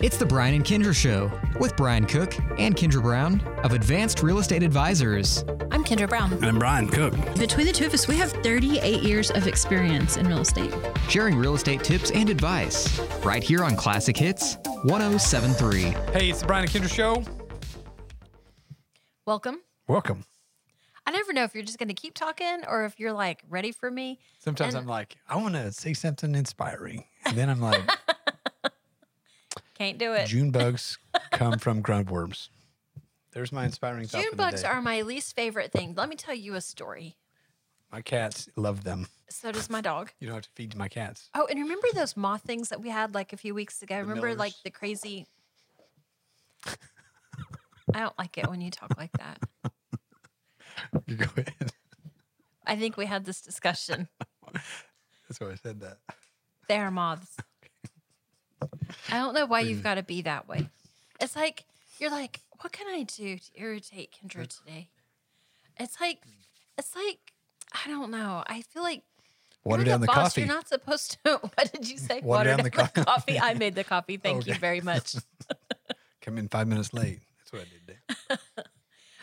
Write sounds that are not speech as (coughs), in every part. It's the Brian and Kendra Show with Brian Cook and Kendra Brown of Advanced Real Estate Advisors. I'm Kendra Brown. And I'm Brian Cook. Between the two of us, we have 38 years of experience in real estate. sharing real estate tips and advice right here on Classic Hits 1073. Hey, it's the Brian and Kendra Show. Welcome. Welcome. I never know if you're just going to keep talking or if you're like ready for me. Sometimes And- I'm like, I want to say something inspiring. And then I'm like, Can't do it. June bugs come from grunt worms. There's my inspiring thought. June for the bugs day. are my least favorite thing. Let me tell you a story. My cats love them. So does my dog. You don't have to feed my cats. (laughs) Oh, and remember those moth things that we had like a few weeks ago? remember like Millers. the crazy. (laughs) I don't like it when you talk like that. You go ahead. I think we had this discussion. That's why I said that. They are moths. I don't know why you've got to be that way. It's like you're like, what can I do to irritate Kendra today? It's like, it's like, I don't know. I feel like Water you're down the, the, boss. coffee. You're not supposed to. (laughs) What did you say? Water down the co- coffee. I made the (laughs) coffee. Thank you Okay. very much. Come in five minutes late. That's what I did. today.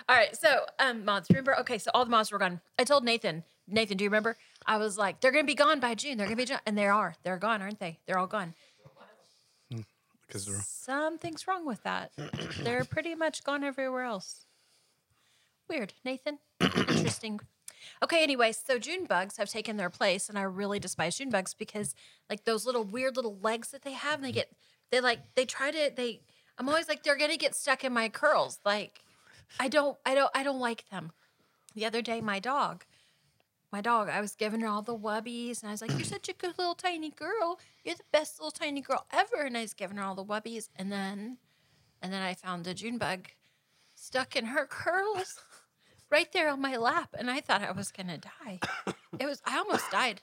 All right. So, um, moths. Remember? Okay. So all the moths were gone. I told Nathan. Nathan, do you remember? I was like, they're gonna be gone by June. They're gonna be June, and they are. They're gone, aren't they? They're all gone. Because they're Something's wrong with that. They're pretty much gone everywhere else. Weird, Nathan. (coughs) Interesting. Okay, anyway, so June bugs have taken their place, and I really despise June bugs because, like, those little weird little legs that they have, and they get, they like, they try to, they, I'm always like, they're gonna get stuck in my curls. Like, I don't, I don't, I don't like them. The other day, my dog, my dog, I was giving her all the wubbies, and I was like, "You're such a good little tiny girl. You're the best little tiny girl ever." And I was giving her all the wubbies, and then, and then I found a June bug stuck in her curls, right there on my lap, and I thought I was gonna die. It was. I almost died.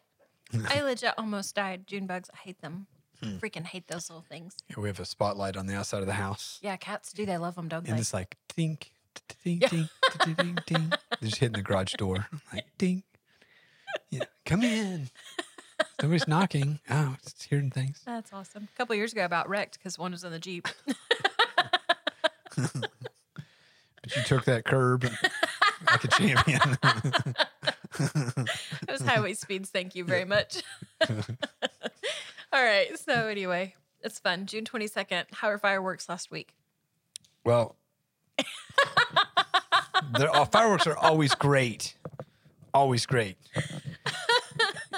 I legit almost died. June bugs, I hate them. Freaking hate those little things. Yeah, we have a spotlight on the outside of the house. Yeah, cats do. They love them, don't And they? it's like tink, tink, Yeah. tink, tink, tink, tink. They're just hitting the garage door. Like ding. Yeah, come in. Somebody's knocking. Oh, it's hearing things. That's awesome. A couple years ago, I about wrecked because one was in the jeep. But you took that curb like a champion. (laughs) It was Mm-hmm. highway speeds. Thank you very much. (laughs) All right. So anyway, it's fun. June twenty second. How were fireworks last week? well, they're all, fireworks are always great. Always great.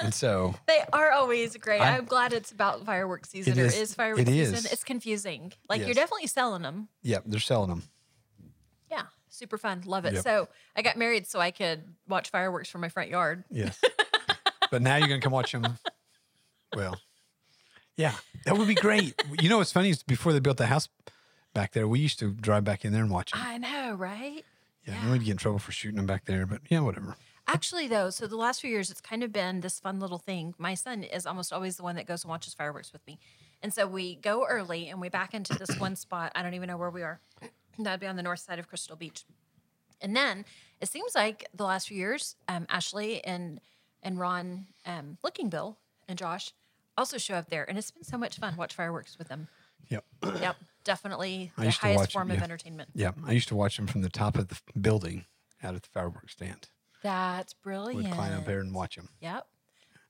And so They are always great. I- I'm, glad it's about fireworks season. It or is- is fireworks it season? is. It's confusing. Like you're Yes. definitely selling them. yeah, they're selling them. Yeah, super fun. Love it. Yep. So I got married so I could watch fireworks from my front yard. Yes. but now you're gonna come watch them. Well, yeah, that would be great. You know what's funny is before they built the house back there, we used to drive back in there and watch them. I know, right? Yeah, and we'd get in trouble for shooting them back there, but yeah, whatever. Actually, though, so the last few years, it's kind of been this fun little thing. My son is almost always the one that goes and watches fireworks with me. And so we go early and we back into (clears throat) this one spot. I don't even know where we are. That'd be on the north side of Crystal Beach. And then it seems like the last few years, um, Ashley and and Ron, um, Looking Bill, and Josh also show up there. And it's been so much fun. Watch fireworks (clears throat) with them. Yep. Yep. Definitely the used to highest watch it, form of yeah. entertainment. Yeah, I used to watch them from the top of the f- building out at the fireworks stand. That's We'd brilliant. climb up there and watch them. Yep.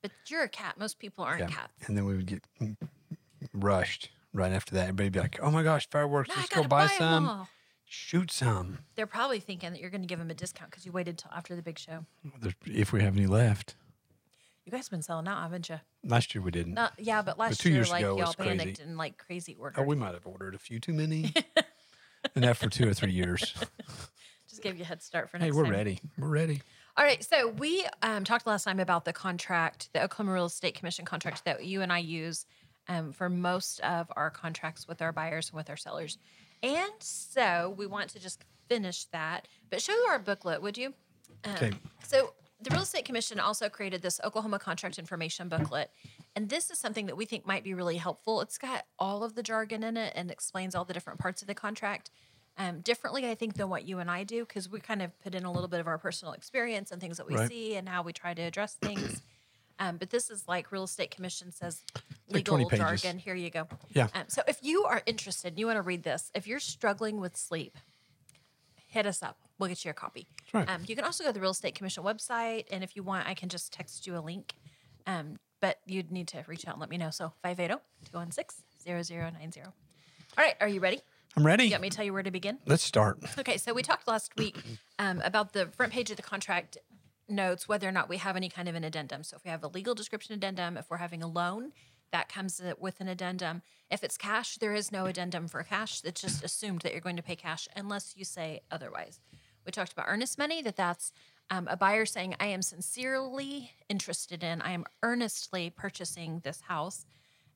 But you're a cat. Most people aren't Yeah. cats. And then we would get rushed right after that. Everybody'd be like, oh my gosh, fireworks, I let's go gotta buy 'em some, all. shoot some They're probably thinking that you're going to give them a discount because you waited till after the big show. There's- if we have any left. You guys have been selling out, haven't you? Last year we didn't. Not, yeah, but last two year, years like ago y'all was crazy. panicked and like crazy ordered. Oh, we might have ordered a few too many. (laughs) Enough for two or three (laughs) years. Just give you a head start for next hey, we're time. ready. We're ready. All right, so we um, talked last time about the contract, the Oklahoma Real Estate Commission contract that you and I use um, for most of our contracts with our buyers and with our sellers. And so we want to just finish that, but show our booklet, would you? Um, Okay. So the Real Estate Commission also created this Oklahoma Contract Information Booklet, and this is something that we think might be really helpful. It's got all of the jargon in it and explains all the different parts of the contract um, differently, I think, than what you and I do, because we kind of put in a little bit of our personal experience and things that we Right. (clears throat) see and how we try to address things. Um, but this is like real estate commission says like 20 legal pages. jargon. Here you go. Yeah. Um, so if you are interested, and you want to read this. If you're struggling with sleep, hit us up. We'll get you a copy. right. Um, you can also go to the real estate commission website, and if you want, I can just text you a link. Um, but you'd need to reach out and let me know. So oh, 580-216-0090. All right, are you ready? I'm ready. You got me to tell you where to begin? Let's start. Okay, so we talked last week um, about the front page of the contract notes whether or not we have any kind of an addendum. So if we have a legal description addendum, if we're having a loan, that comes uh, with an addendum. If it's cash, there is no addendum for cash. It's just assumed that you're going to pay cash unless you say otherwise. We talked about earnest money. That that's um, a buyer saying, "I am sincerely interested in, I am earnestly purchasing this house."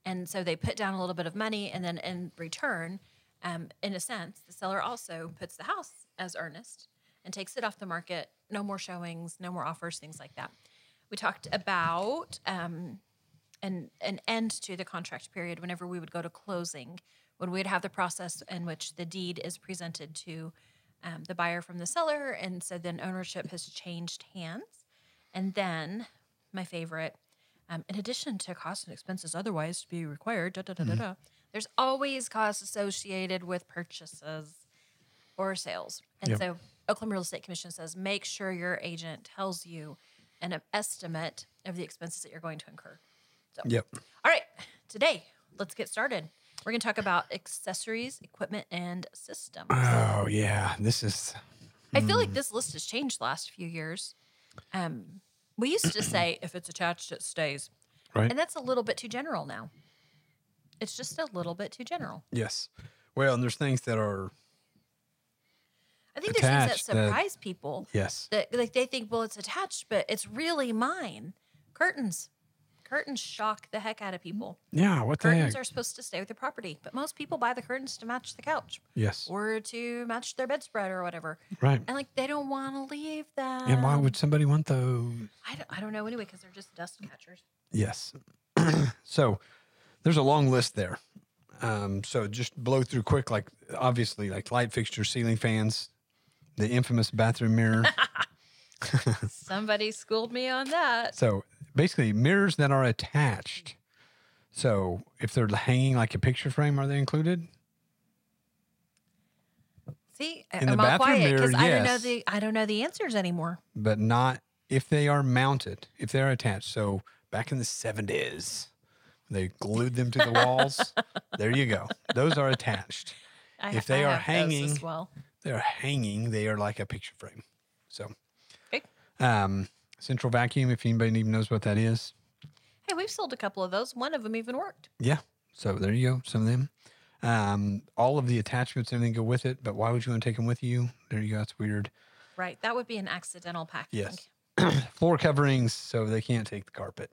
And so they put down a little bit of money, and then in return, um, in a sense, the seller also puts the house as earnest and takes it off the market. No more showings, no more offers, things like that. We talked about um, an an end to the contract period whenever we would go to closing, when we'd have the process in which the deed is presented to um, the buyer from the seller, and so then ownership has changed hands. And then, my favorite, um, in addition to costs and expenses otherwise to be required, da, da, da, da, da, there's always costs associated with purchases or sales. And Yep. so, Oakland Real Estate Commission says make sure your agent tells you an estimate of the expenses that you're going to incur. Yep. All right, today, let's get started. We're going to talk about accessories, equipment, and systems. Oh yeah. This is I feel like this list has changed the last few years. Um, we used to say if it's attached, it stays, right. and that's a little bit too general now. It's just a little bit too general. yes. Well, and there's things that are I think there's things that Attached, that- surprise people yes. that like they think, well, it's attached, but it's really mine. Curtains, curtains shock the heck out of people. Yeah. What the Curtains heck? are supposed to stay with the property, but most people buy the curtains to match the couch yes. or to match their bedspread or whatever, Right. and like they don't want to leave them. And why would somebody want those? I don't, I don't know anyway because they're just dust catchers. Yes. (clears throat) so there's a long list there. Um, so just blow through quick, like obviously, like light fixtures, ceiling fans, the infamous bathroom mirror. Somebody schooled me on that. so basically, mirrors that are attached. So if they're hanging like a picture frame, are they included? See, the am I bathroom quiet because mirror, I don't know yes. the I don't know the answers anymore. But not if they are mounted, if they're attached. So back in the 70s, they glued them to the walls. there you go. Those are attached. I, If they I are have those as hanging- well, they're hanging. They are like a picture frame. So, Okay. um, central vacuum. If anybody even knows what that is, hey, we've sold a couple of those. One of them even worked. yeah. So there you go. Some of them. Um, all of the attachments, everything go with it. But why would you want to take them with you? There you go. That's weird. Right, that would be an accidental packing. Yes. Floor coverings, so they can't take the carpet.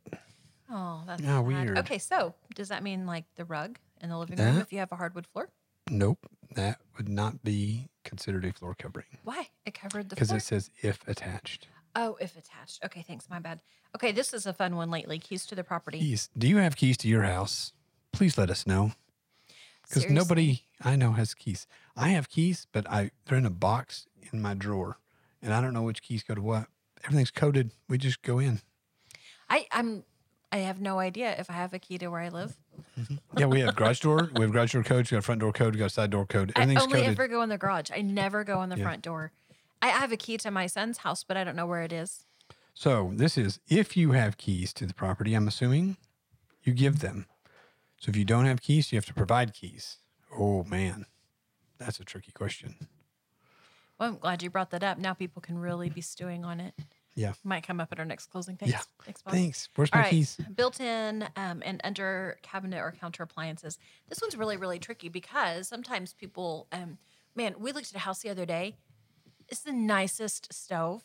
Oh, that's Yeah, sad. weird. Uh-huh. Okay, so does that mean like the rug in the living room That- if you have a hardwood floor? Nope, that would not be considered a floor covering Why it covered the because floor? it says if attached. Oh, if attached. Okay, thanks. My bad. Okay, this is a fun one lately. Keys to the property. Keys. Do you have keys to your house? Please let us know. because Seriously. nobody I know has keys. I have keys, but I they're in a box in my drawer, and I don't know which keys go to what. Everything's coded. We just go in. I I'm I have no idea if I have a key to where I live. Yeah, we have garage door. We have garage door codes. We got front door code. We got side door code. I Everything's only coded. ever go in the garage. I never go in the front door. I have a key to my son's house, but I don't know where it is. so this is if you have keys to the property. I'm assuming you give them. So if you don't have keys, you have to provide keys. Oh man, that's a tricky question. Well, I'm glad you brought that up. Now people can really be stewing on it. Yeah. Might come up at our next closing. Thanks. Yeah. Thanks, Bob. Thanks. Where's my All right. keys? Built in um, and under cabinet or counter appliances. This one's really, really tricky because sometimes people, um, man, we looked at a house the other day. It's the nicest stove.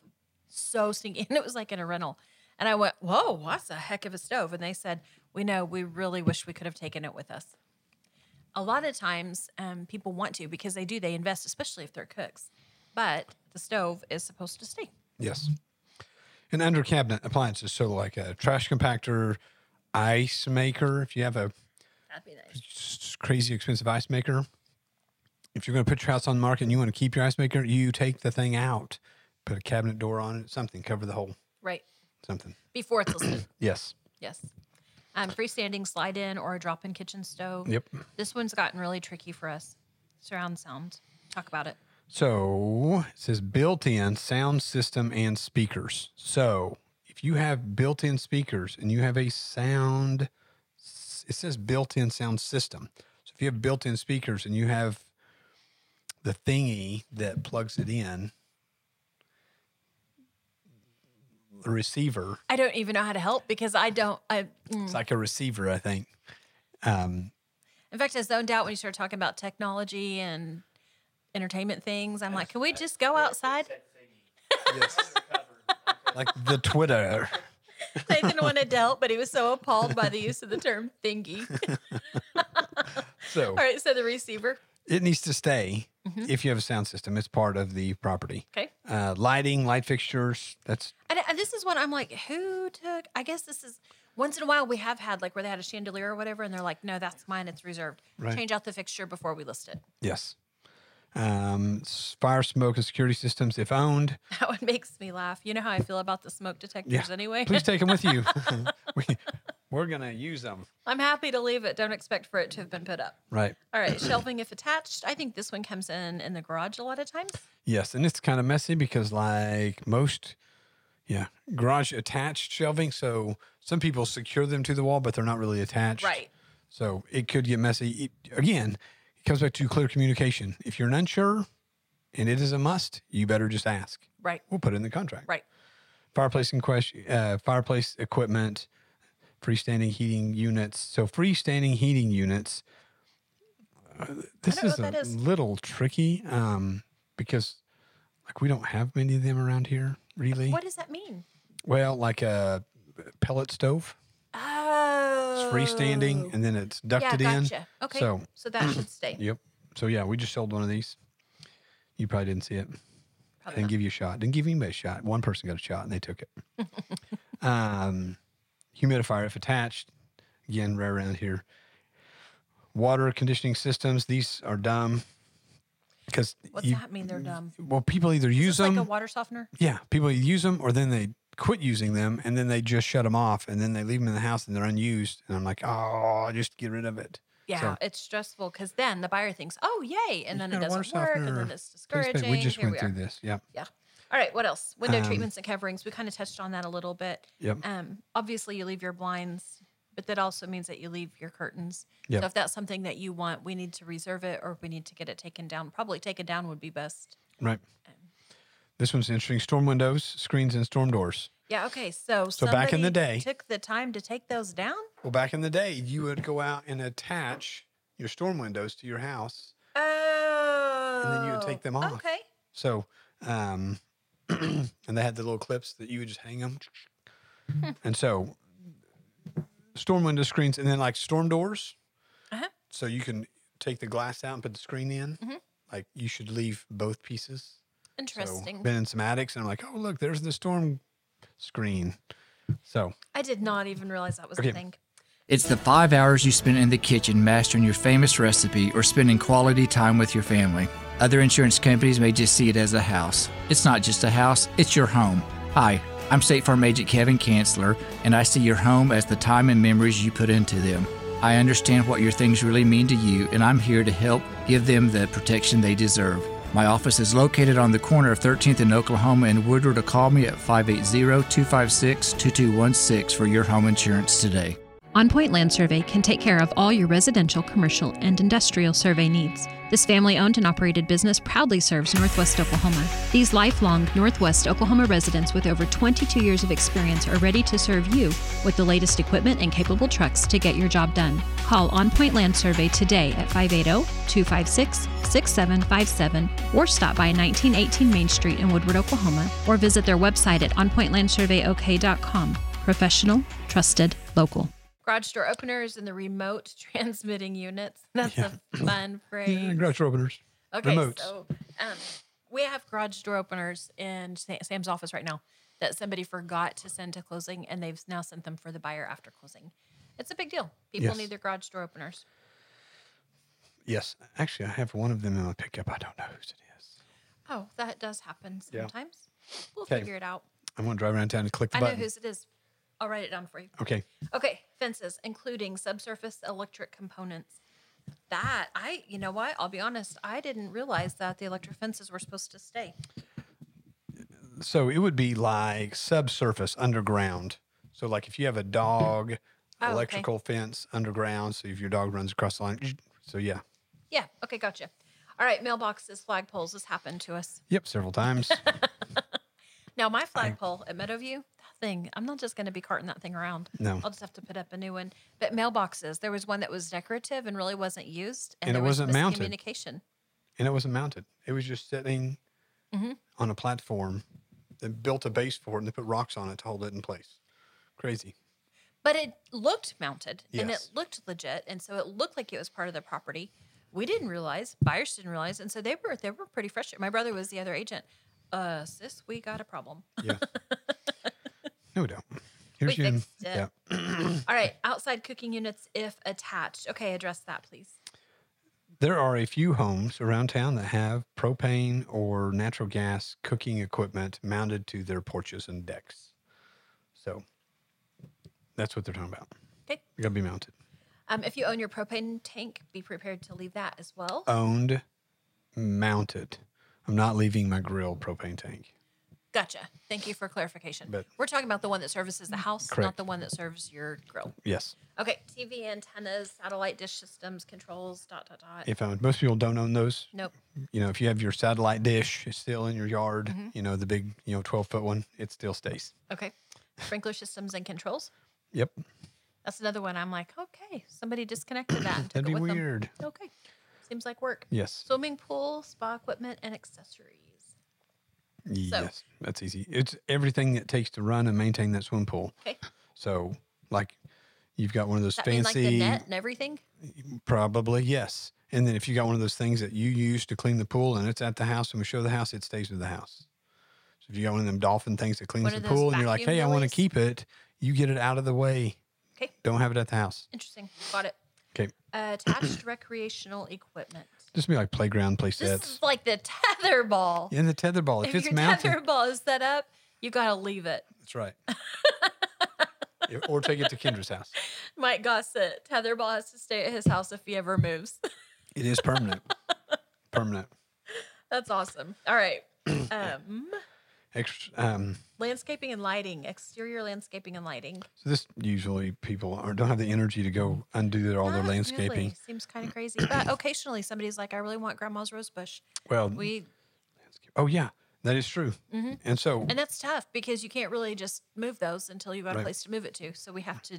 So stinky. (laughs) And it was like in a rental. And I went, whoa, what's a heck of a stove? And they said, we know, we really wish we could have taken it with us. A lot of times um, people want to because they do, they invest, especially if they're cooks. But the stove is supposed to stay. Yes. And under cabinet appliances, so like a trash compactor, ice maker. If you have a That'd be nice. s- crazy expensive ice maker, if you're going to put your house on the market and you want to keep your ice maker, you take the thing out, put a cabinet door on it, something, cover the whole. Right. something. before it's listed. (clears throat) Yes. yes. Um, freestanding slide in or a drop in kitchen stove. Yep. This one's gotten really tricky for us. Surround sound. Talk about it. So it says built in sound system and speakers. So if you have built in speakers and you have a sound, it says built in sound system. So if you have built in speakers and you have the thingy that plugs it in, the receiver, I don't even know how to help because I don't. I, mm. it's like a receiver, I think. in fact, I zoned out when you started talking about technology and entertainment things. I'm like, can we just go outside? (laughs) (laughs) Like the Twitter. Nathan wanted to help, but he was so appalled by the use of the term thingy. (laughs) So All right, so the receiver. it needs to stay if you have a sound system. It's part of the property. Okay. Uh, lighting, light fixtures. That's And, and this is one I'm like, who took? I guess this is once in a while we have had like where they had a chandelier or whatever, and they're like, no, that's mine. It's reserved. Right. Change out the fixture before we list it. (laughs) yes. Um, s- fire, smoke, and security systems, if owned, That one makes me laugh. You know how I feel about the smoke detectors Yeah. anyway. please take them with you. (laughs) we, we're gonna use them. (laughs) I'm happy to leave it. Don't expect for it to have been put up. Right. All right, shelving if attached. I think this one comes in in the garage a lot of times. Yes, and it's kind of messy because like most, yeah, garage attached shelving. So some people secure them to the wall, but they're not really attached. Right. So it could get messy. It, again, it comes back to clear communication. If you're an unsure and it is a must, you better just ask. Right. We'll put it in the contract. Right. Fireplace and question, uh, fireplace equipment, freestanding heating units. So freestanding heating units. uh, this don't know is what a that is. little tricky um, because, like, we don't have many of them around here, really. What does that mean? Well, like a pellet stove. It's Oh. freestanding, and then it's Yeah, ducted in. gotcha. Okay. So, So that should stay. Yep. So yeah, we just sold one of these. You probably didn't see it. I Probably didn't not. give you a shot. Didn't give anybody a shot. One person got a shot and they took it. (laughs) um, humidifier if attached. Again, right around here. Water conditioning systems. These are dumb because What's that mean? They're dumb. well, people either use It's like them. a water softener. yeah, people use them or then they quit using them and then they just shut them off and then they leave them in the house and they're unused. And I'm like, oh, just get rid of it. Yeah, it's stressful because then the buyer thinks, "Oh, yay!" and then it got a water doesn't work, and then softener. Please it's pay- discouraging. We just Here went we through are. this. Yeah. Yeah. All right. What else? Window Um, Mm. treatments and coverings. We kind of touched on that a little bit. Yep. Um, obviously, you leave your blinds, but that also means that you leave your curtains. Yep. So if that's something that you want, we need to reserve it, or we need to get it taken down. Probably taken down would be best. Right. This one's interesting. Storm windows, screens, and storm doors. Yeah. Okay. So So back in the somebody day- took the time to take those down. Well, back in the day, you would go out and attach your storm windows to your house. Oh. then you would take them off. Okay. So, um, (clears throat) and they had the little clips that you would just hang them. and so, storm window screens, and then like storm doors. Uh-huh. So you can take the glass out and put the screen in. Like you should leave both pieces. So, Interesting. been in some attics, and I'm like, oh look, there's the storm screen. So I did not even realize that was Okay. a thing. It's the five hours you spend in the kitchen mastering your famous recipe or spending quality time with your family. Other insurance companies may just see it as a house. It's not just a house, it's your home. Hi, I'm State Farm Agent Kevin Kanzler, and I see your home as the time and memories you put into them. I understand what your things really mean to you, and I'm here to help give them the protection they deserve. My office is located on the corner of 13th and Oklahoma and Woodward to call me at 580 256 2216 for your home insurance today. On Point Land Survey can take care of all your residential, commercial, and industrial survey needs. This family owned and operated business proudly serves Northwest Oklahoma. These lifelong Northwest Oklahoma residents with over 22 years of experience are ready to serve you with the latest equipment and capable trucks to get your job done. Call On Point Land Survey today at oh, 580 256 6757 or stop by 1918 Main Street in Woodward, Oklahoma, or visit their website at onpointlandsurveyok.com. Professional, trusted, local. garage door openers and the remote (laughs) transmitting units. That's a (laughs) fun phrase. (laughs) yeah, garage door openers. okay, remotes. so um, we have garage door openers in Sa- Sam's office right now that somebody forgot to send to closing, and they've now sent them for the buyer after closing. It's a big deal. People Yes. need their garage door openers. Yes, actually, I have one of them in my pickup. I don't know whose it is. Oh, that does happen Yeah. sometimes. We'll 'Kay. figure it out. I'm going to drive around town and click the I know button. whose it is. I'll write it down for you. Okay. Okay, fences, including subsurface electric components. That I, you know what? I'll be honest. I didn't realize that the electric fences were supposed to stay. So it would be like subsurface, underground. So like if you have a dog, (clears throat) Oh, okay. electrical fence underground. So if your dog runs across the line, so yeah. Yeah. Okay. Gotcha. All right. Mailboxes, flagpoles. This happened to us. Yep, several (laughs) times. Now my flagpole at Meadowview. That thing. I'm not just going to be carting that thing around. No. I'll just have to put up a new one. But mailboxes. There was one that was decorative and really wasn't used, And it there was wasn't mounted. Communication. and it wasn't mounted. It was just sitting Mm-hmm. on a platform. They built a base for it and they put rocks on it to hold it in place. Crazy. But it looked mounted and it Yes. looked legit, and so it looked like it was part of the property. We didn't realize, buyers didn't realize, and so they were they were pretty frustrated. My brother was the other agent. Uh, sis, we got (laughs) a problem. (laughs) Yeah. no, we don't. Here's We your- fixed it. All right, outside cooking units if attached. Okay, address that, please. (clears throat) There are a few homes around town that have propane or natural gas cooking equipment mounted to their porches and decks. So that's what they're talking about. Okay. They gotta be mounted. Um, if you own your propane tank, be prepared to leave that as well. Uh, Owned, mounted. I'm not leaving my grill propane tank. Gotcha. Thank you for clarification. But- We're talking about the one that services the house, not Correct. the one that serves your grill. Yes. Okay, TV antennas, satellite dish systems, controls, dot dot dot. If I, most people don't own those, nope. you know, if you have your satellite dish it's still in your yard, Mm-hmm. you know, the big, you know, 12 foot one, it still stays. Okay. Sprinkler systems and controls. Yep. That's another one. I'm like, okay, somebody disconnected (clears throat) that. And took That'd it be with them. weird. Okay. Seems like work. Yes. Swimming pool, spa equipment, and accessories. yes. That's easy. It's everything it takes to run and maintain that swim pool. Okay. So, like, you've got one of those That mean like fancy, the net and everything? probably, yes. And then if you got one of those things that you use to clean the pool and it's at the house and we show the house, it stays with the house. So, if you got one of them dolphin things that cleans One the of those pool and you're like, vacuum hey, I want to wheelies? keep it, you get it out of the way. Okay. Don't have it at the house. Interesting. Got it. Uh, Okay. attached (coughs) recreational equipment. Just be like playground play This sets. is like the (laughs) tether ball. And the tether ball, if, if it's your mounted, tether ball is set up, you gotta leave it. that's (laughs) right. Yeah, or take it to Kendra's house. Mike Gossett, tether ball has to stay at his house if he ever moves. (laughs) It is permanent. permanent. That's awesome. All right. Um, Extra, um, landscaping and lighting, exterior landscaping and lighting. so this usually people are, don't have the energy to go undo their, all their Not landscaping. Ah, really. Seems kind of crazy. (clears throat) But occasionally somebody's like, I really want grandma's rose bush. Well, We Mm-hmm. oh yeah, that is true. And so and that's tough because you can't really just move those until you got a Right. place to move it to. So we have to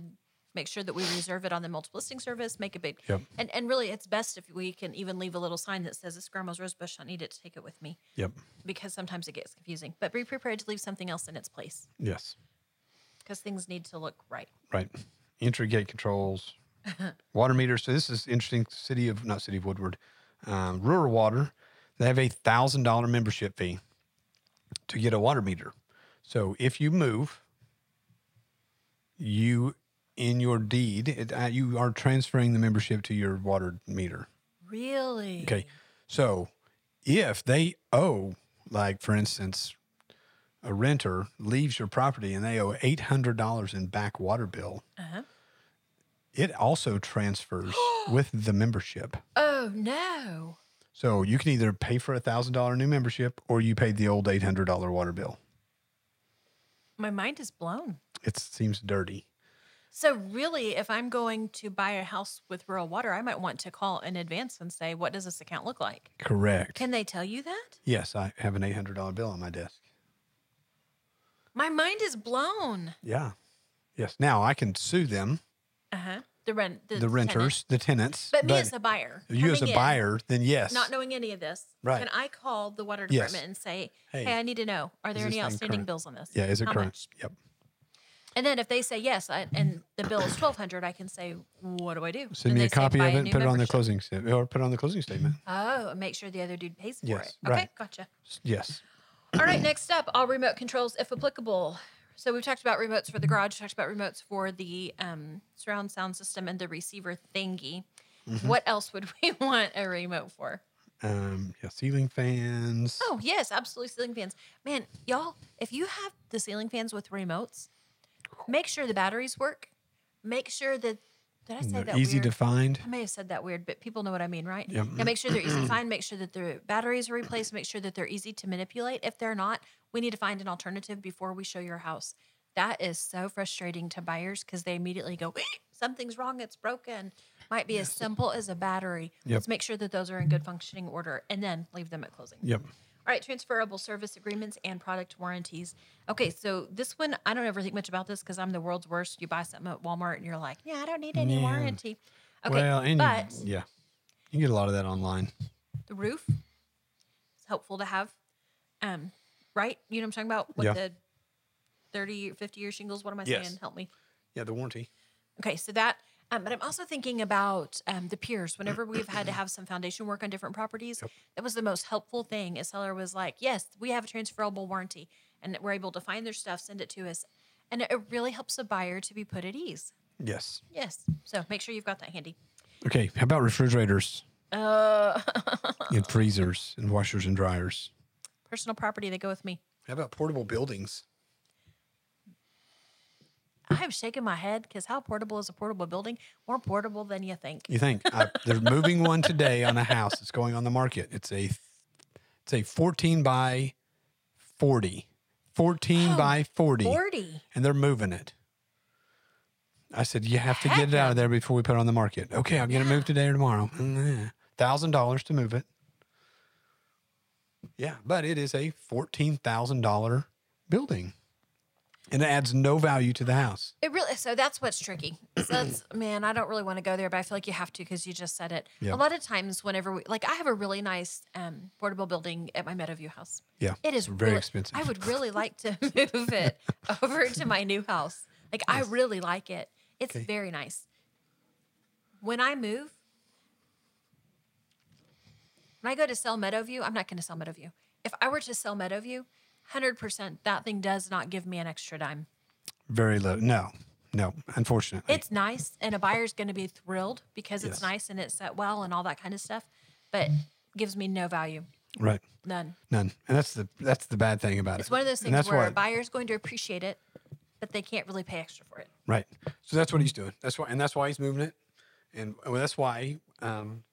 make sure that we reserve it on the multiple listing service, make a big Yep. and, and really it's best if we can even leave a little sign that says it's grandma's rose bush, I need it to take it with me. yep, Because sometimes it gets confusing. But be prepared to leave something else in its place. yes, Because things need to look right. right. Entry gate controls, water meters. So this is interesting. City of not city of Woodward, um, rural water. They have a thousand dollar membership fee to get a water meter. So if you move, you in your deed, it, uh, you are transferring the membership to your water meter. Really? Okay. So if they owe, like for instance, a renter leaves your property and they owe $800 in back water bill, Uh-huh. it also (gasps) transfers with the membership. Oh no. So you can either pay for a $1,000 new membership or you paid the old $800 water bill. My mind is blown. It seems dirty. So really, if I'm going to buy a house with rural water, I might want to call in advance and say, "What does this account look like?" Correct. Can they tell you that? yes, I have an $800 bill on my desk. My mind is blown. Yeah. Yes. Now I can sue them, Uh huh. The rent, the, the, tenant. renters, the tenants. But me as a buyer, you as a coming in, buyer, then yes. not knowing any of this, Right. Can I call the water Yes. department and say, Hey, "Hey, I need to know: Are there this any thing outstanding current? bills on this? Yeah, is it How current? much?" Yep. And then if they say yes, I, and the bill is twelve hundred, I can say, "What do I do?" Send And me they a say, copy "Buy of it and new put it on the membership." closing statement or put it on the closing statement. Oh, and make sure the other dude pays for Yes, it. Okay, right. gotcha. Yes. All right, next up, all remote controls, if applicable. So we've talked about remotes for the garage, talked about remotes for the um, surround (laughs) sound system and the receiver thingy. What else would we want a remote for? Um, yeah, ceiling fans. Oh, yes, absolutely. Ceiling fans. Man, y'all, if you have the ceiling fans with remotes, make sure the batteries work. Make sure that, did I say They're that easy weird? to find. I may have said that weird, but people know what I mean, right? Yep. Now make sure they're easy to find. Make sure that their batteries are replaced. Make sure that they're easy to manipulate. If they're not, we need to find an alternative before we show your house. That is so frustrating to buyers because they immediately go, something's wrong, it's broken. Might be as simple as a battery. Let's make sure that those are in good functioning order and then leave them at closing. Yep. All right, transferable service agreements and product warranties. Okay, so this one, I don't ever think much about this because I'm the world's worst. You buy something at Walmart and you're like, yeah, I don't need any Yeah. warranty. Okay, well, and but you, yeah, you get a lot of that online. the roof is helpful to have. Um, right? You know what I'm talking about? What Yeah. the 30, 50 year shingles, what am I Yes. saying? Help me. Yeah, the warranty. Okay, so that, um, but I'm also thinking about um, the piers. Whenever we've had to have some foundation work on different properties, that was the most helpful thing. A seller was like, "Yes, we have a transferable warranty, and we're able to find their stuff, send it to us." And it- it really helps a buyer to be put at ease. Yes. Yes. So make sure you've got that handy. Okay. How about refrigerators Uh, (laughs) and freezers and washers and dryers? personal property, they go with me. How about portable buildings? I'm shaking my head because how portable is a portable building? More portable than you think. You think I, they're moving one today on a house that's going on the market? It's a it's a 14 by 40, 14 Oh, by 40, 40. and they're moving it. I said you have to Heck get it out of there before we put it on the market. Okay, I'll get it moved today or tomorrow. Mm, Thousand dollars to move it. Yeah, but it is a fourteen thousand dollar building, and it adds no value to the house. It really so that's what's tricky. So that's man, I don't really want to go there, but I feel like you have to because you just said it. Yeah. A lot of times, whenever we like, I have a really nice um, portable building at my Meadowview house. Yeah, It is very really- expensive. I would really like to (laughs) move it over to my new house. Like I really like it. It's Okay. very nice. When I move, when I go to sell Meadowview, I'm not going to sell Meadowview. If I were to sell Meadowview, hundred percent, that thing does not give me an extra dime. Very low. No, no. Unfortunately, It's nice, and a buyer's going to be thrilled because it's Yes. nice and it's set well and all that kind of stuff, but gives me no value, right. none. None. And that's the that's the bad thing about it. It's one of those And things that's where why- a buyer's going to appreciate it, but they can't really pay extra for it. right. So that's what he's doing. That's why, and that's why he's moving it, and well, that's why. Um,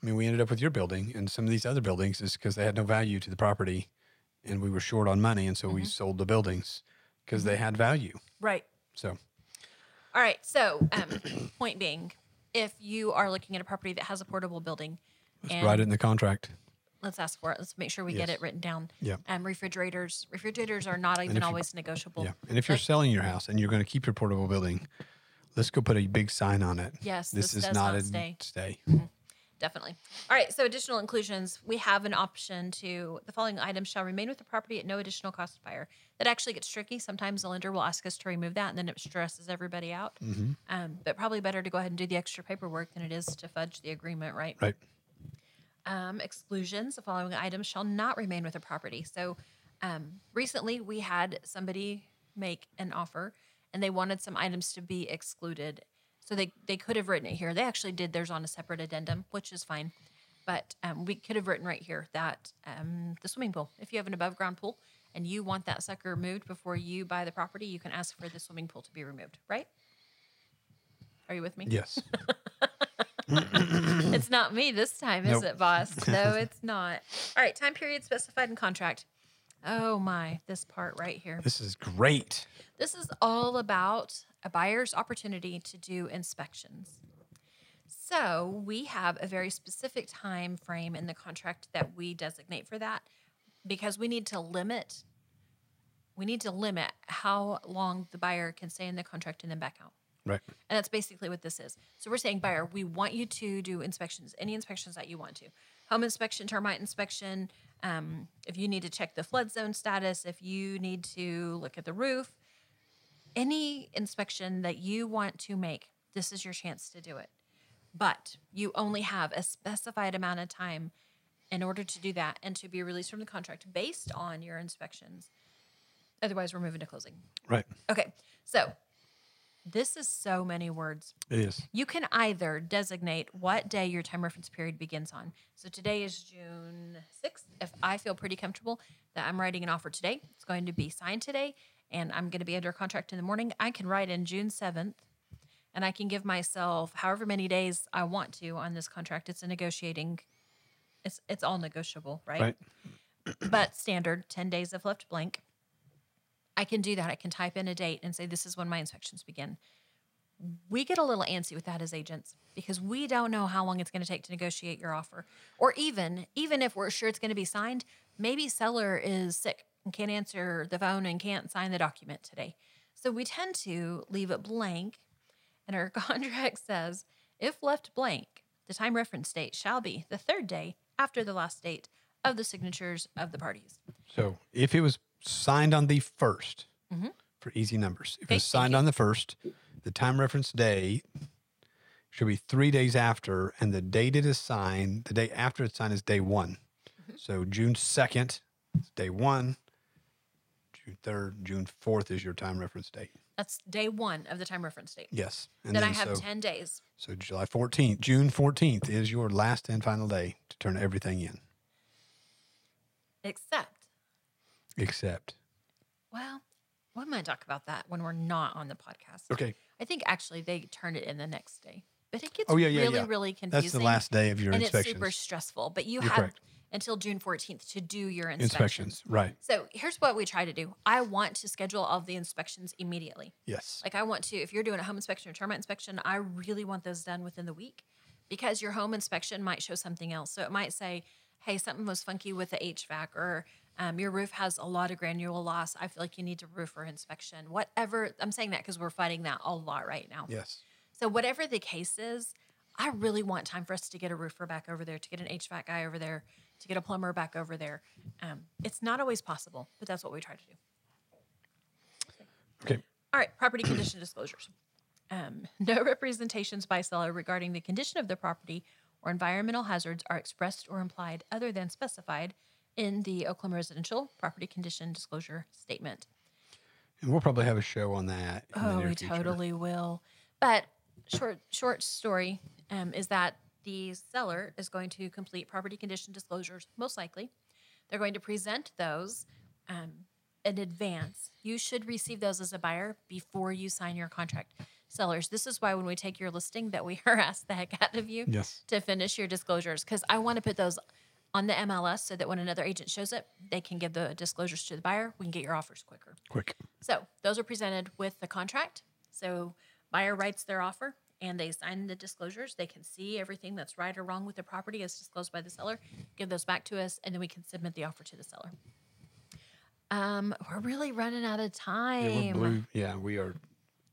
I mean, we ended up with your building and some of these other buildings is because they had no value to the property, and we were short on money, and so Mm-hmm. we sold the buildings because they had value. Right. So All right. So, um, (coughs) point being, if you are looking at a property that has a portable building, and write it in the contract. let's ask for it. Let's make sure we get Yes. it written down. Yeah. Um, refrigerators. Refrigerators are not even if you- always negotiable. Yeah. And if you're selling your house and you're going to keep your portable building, let's go put a big sign on it. Yes, This, this is does not, not a stay. stay. Definitely. All right. So additional inclusions. We have an option to the following item shall remain with the property at no additional cost to buyer. That actually gets tricky. Sometimes the lender will ask us to remove that, and then it stresses everybody out. Um, but probably better to go ahead and do the extra paperwork than it is to fudge the agreement, right? Right. Um, exclusions. The following items shall not remain with the property. So um, recently, we had somebody make an offer, and they wanted some items to be excluded. So they they could have written it here. They actually did theirs on a separate addendum, which is fine. But um, we could have written right here that um, the swimming pool. If you have an above ground pool and you want that sucker moved before you buy the property, you can ask for the swimming pool to be removed. Right? Are you with me? Yes. It's not me this time, is Nope. it, boss? No, it's not. All right, time period specified in contract. Oh my, this part right here. this is great. (laughs) This is all about a buyer's opportunity to do inspections. So we have a very specific time frame in the contract that we designate for that because we need to limit we need to limit how long the buyer can stay in the contract and then back out. Right. And that's basically what this is. So we're saying, buyer, we want you to do inspections, any inspections that you want to. Home inspection, termite inspection, um, if you need to check the flood zone status, if you need to look at the roof, any inspection that you want to make, this is your chance to do it. But you only have a specified amount of time in order to do that and to be released from the contract based on your inspections. Otherwise, we're moving to closing. Right. Okay, so This is so many words. It is. You can either designate what day your time reference period begins on. So today is June 6th. If I feel pretty comfortable that I'm writing an offer today, it's going to be signed today, and I'm going to be under contract in the morning, I can write in June 7th and I can give myself however many days I want to on this contract. It's a negotiating, it's, it's all negotiable, Right. (clears throat) but standard 10 days of left blank. I can do that. I can type in a date and say, this is when my inspections begin. We get a little antsy with that as agents because we don't know how long it's going to take to negotiate your offer. Or even, even if we're sure it's going to be signed, maybe seller is sick and can't answer the phone and can't sign the document today. So we tend to leave it blank and our (laughs) contract says if left blank, the time reference date shall be the third day after the last date of the signatures of the parties. So if it was signed on the 1st Mhm. for easy numbers, if Okay, it was thank signed you. on the first, the time reference day should be three days after, and the date it is signed, the day after it's signed is day one. Mm-hmm. So June second is day one. June third, June fourth is your time reference date. That's day one of the time reference date. Yes, and Then I have so, 10 days. so July fourteenth, June fourteenth is your last and final day to turn everything in, Except, except well, we might talk about that when we're not on the podcast. okay. I think actually they turn it in the next day, but it gets Oh, yeah, yeah, really, yeah. really confusing. That's the last day of your and it's inspections. super stressful. But you You're have correct. until June 14th to do your inspections, right? So here's what we try to do. I want to schedule all the inspections immediately. Yes. Like I want to, if you're doing a home inspection or termite inspection, I really want those done within the week because your home inspection might show something else. So it might say, hey, something was funky with the HVAC or um, your roof has a lot of granule loss. I feel like you need a roofer inspection. Whatever. I'm saying that because we're fighting that a lot right now. yes. So whatever the case is, I really want time for us to get a roofer back over there, to get an HVAC guy over there, to get a plumber back over there. Um, it's not always possible, but that's what we try to do. Okay. All right, property condition disclosures. Um, (laughs) no representations by seller regarding the condition of the property or environmental hazards are expressed or implied other than specified in the Oklahoma Residential Property Condition Disclosure Statement. And we'll probably have a show on that. in the Oh, near we future. totally will. But short short story um, is that the seller is going to complete property condition disclosures, most likely. They're going to present those um, in advance. You should receive those as a buyer before you sign your contract. Sellers, this is why when we take your listing that we (laughs) harass the heck out of you Yes. to finish your disclosures because I want to put those on the MLS so that when another agent shows up, they can give the disclosures to the buyer. We can get your offers quicker. Quick. So those are presented with the contract. So buyer writes their offer and they sign the disclosures. They can see everything that's right or wrong with the property as disclosed by the seller, give those back to us, and then we can submit the offer to the seller. Um, we're really running out of Yeah, we're time. blue. Yeah, we are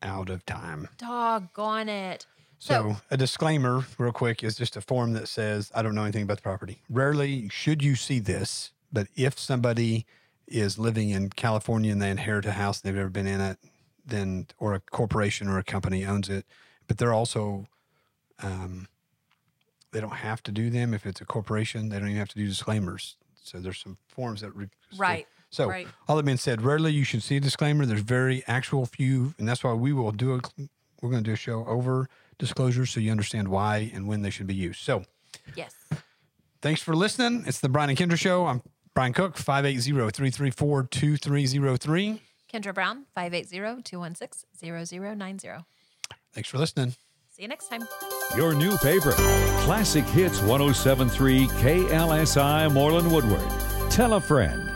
out of time. Doggone it. So, a disclaimer, real quick, is just a form that says, I don't know anything about the property. Rarely should you see this, but if somebody is living in California and they inherit a house and they've never been in it, then, or a corporation or a company owns it, but they're also, um, they don't have to do them. If it's a corporation, they don't even have to do disclaimers. So, there's some forms that. Re- Right, So, right. all that being said, rarely you should see a disclaimer. There's very actual few, and that's why we will do a. We're going to do a show over disclosures so you understand why and when they should be used. So, yes. thanks for listening. It's the Brian and Kendra Show. I'm Brian Cook, 580-334-2303. Kendra Brown, 580-216-0090. Thanks for listening. See you next time. Your new favorite, oh Classic Hits 1073 KLSI Moreland Woodward. Tell a friend.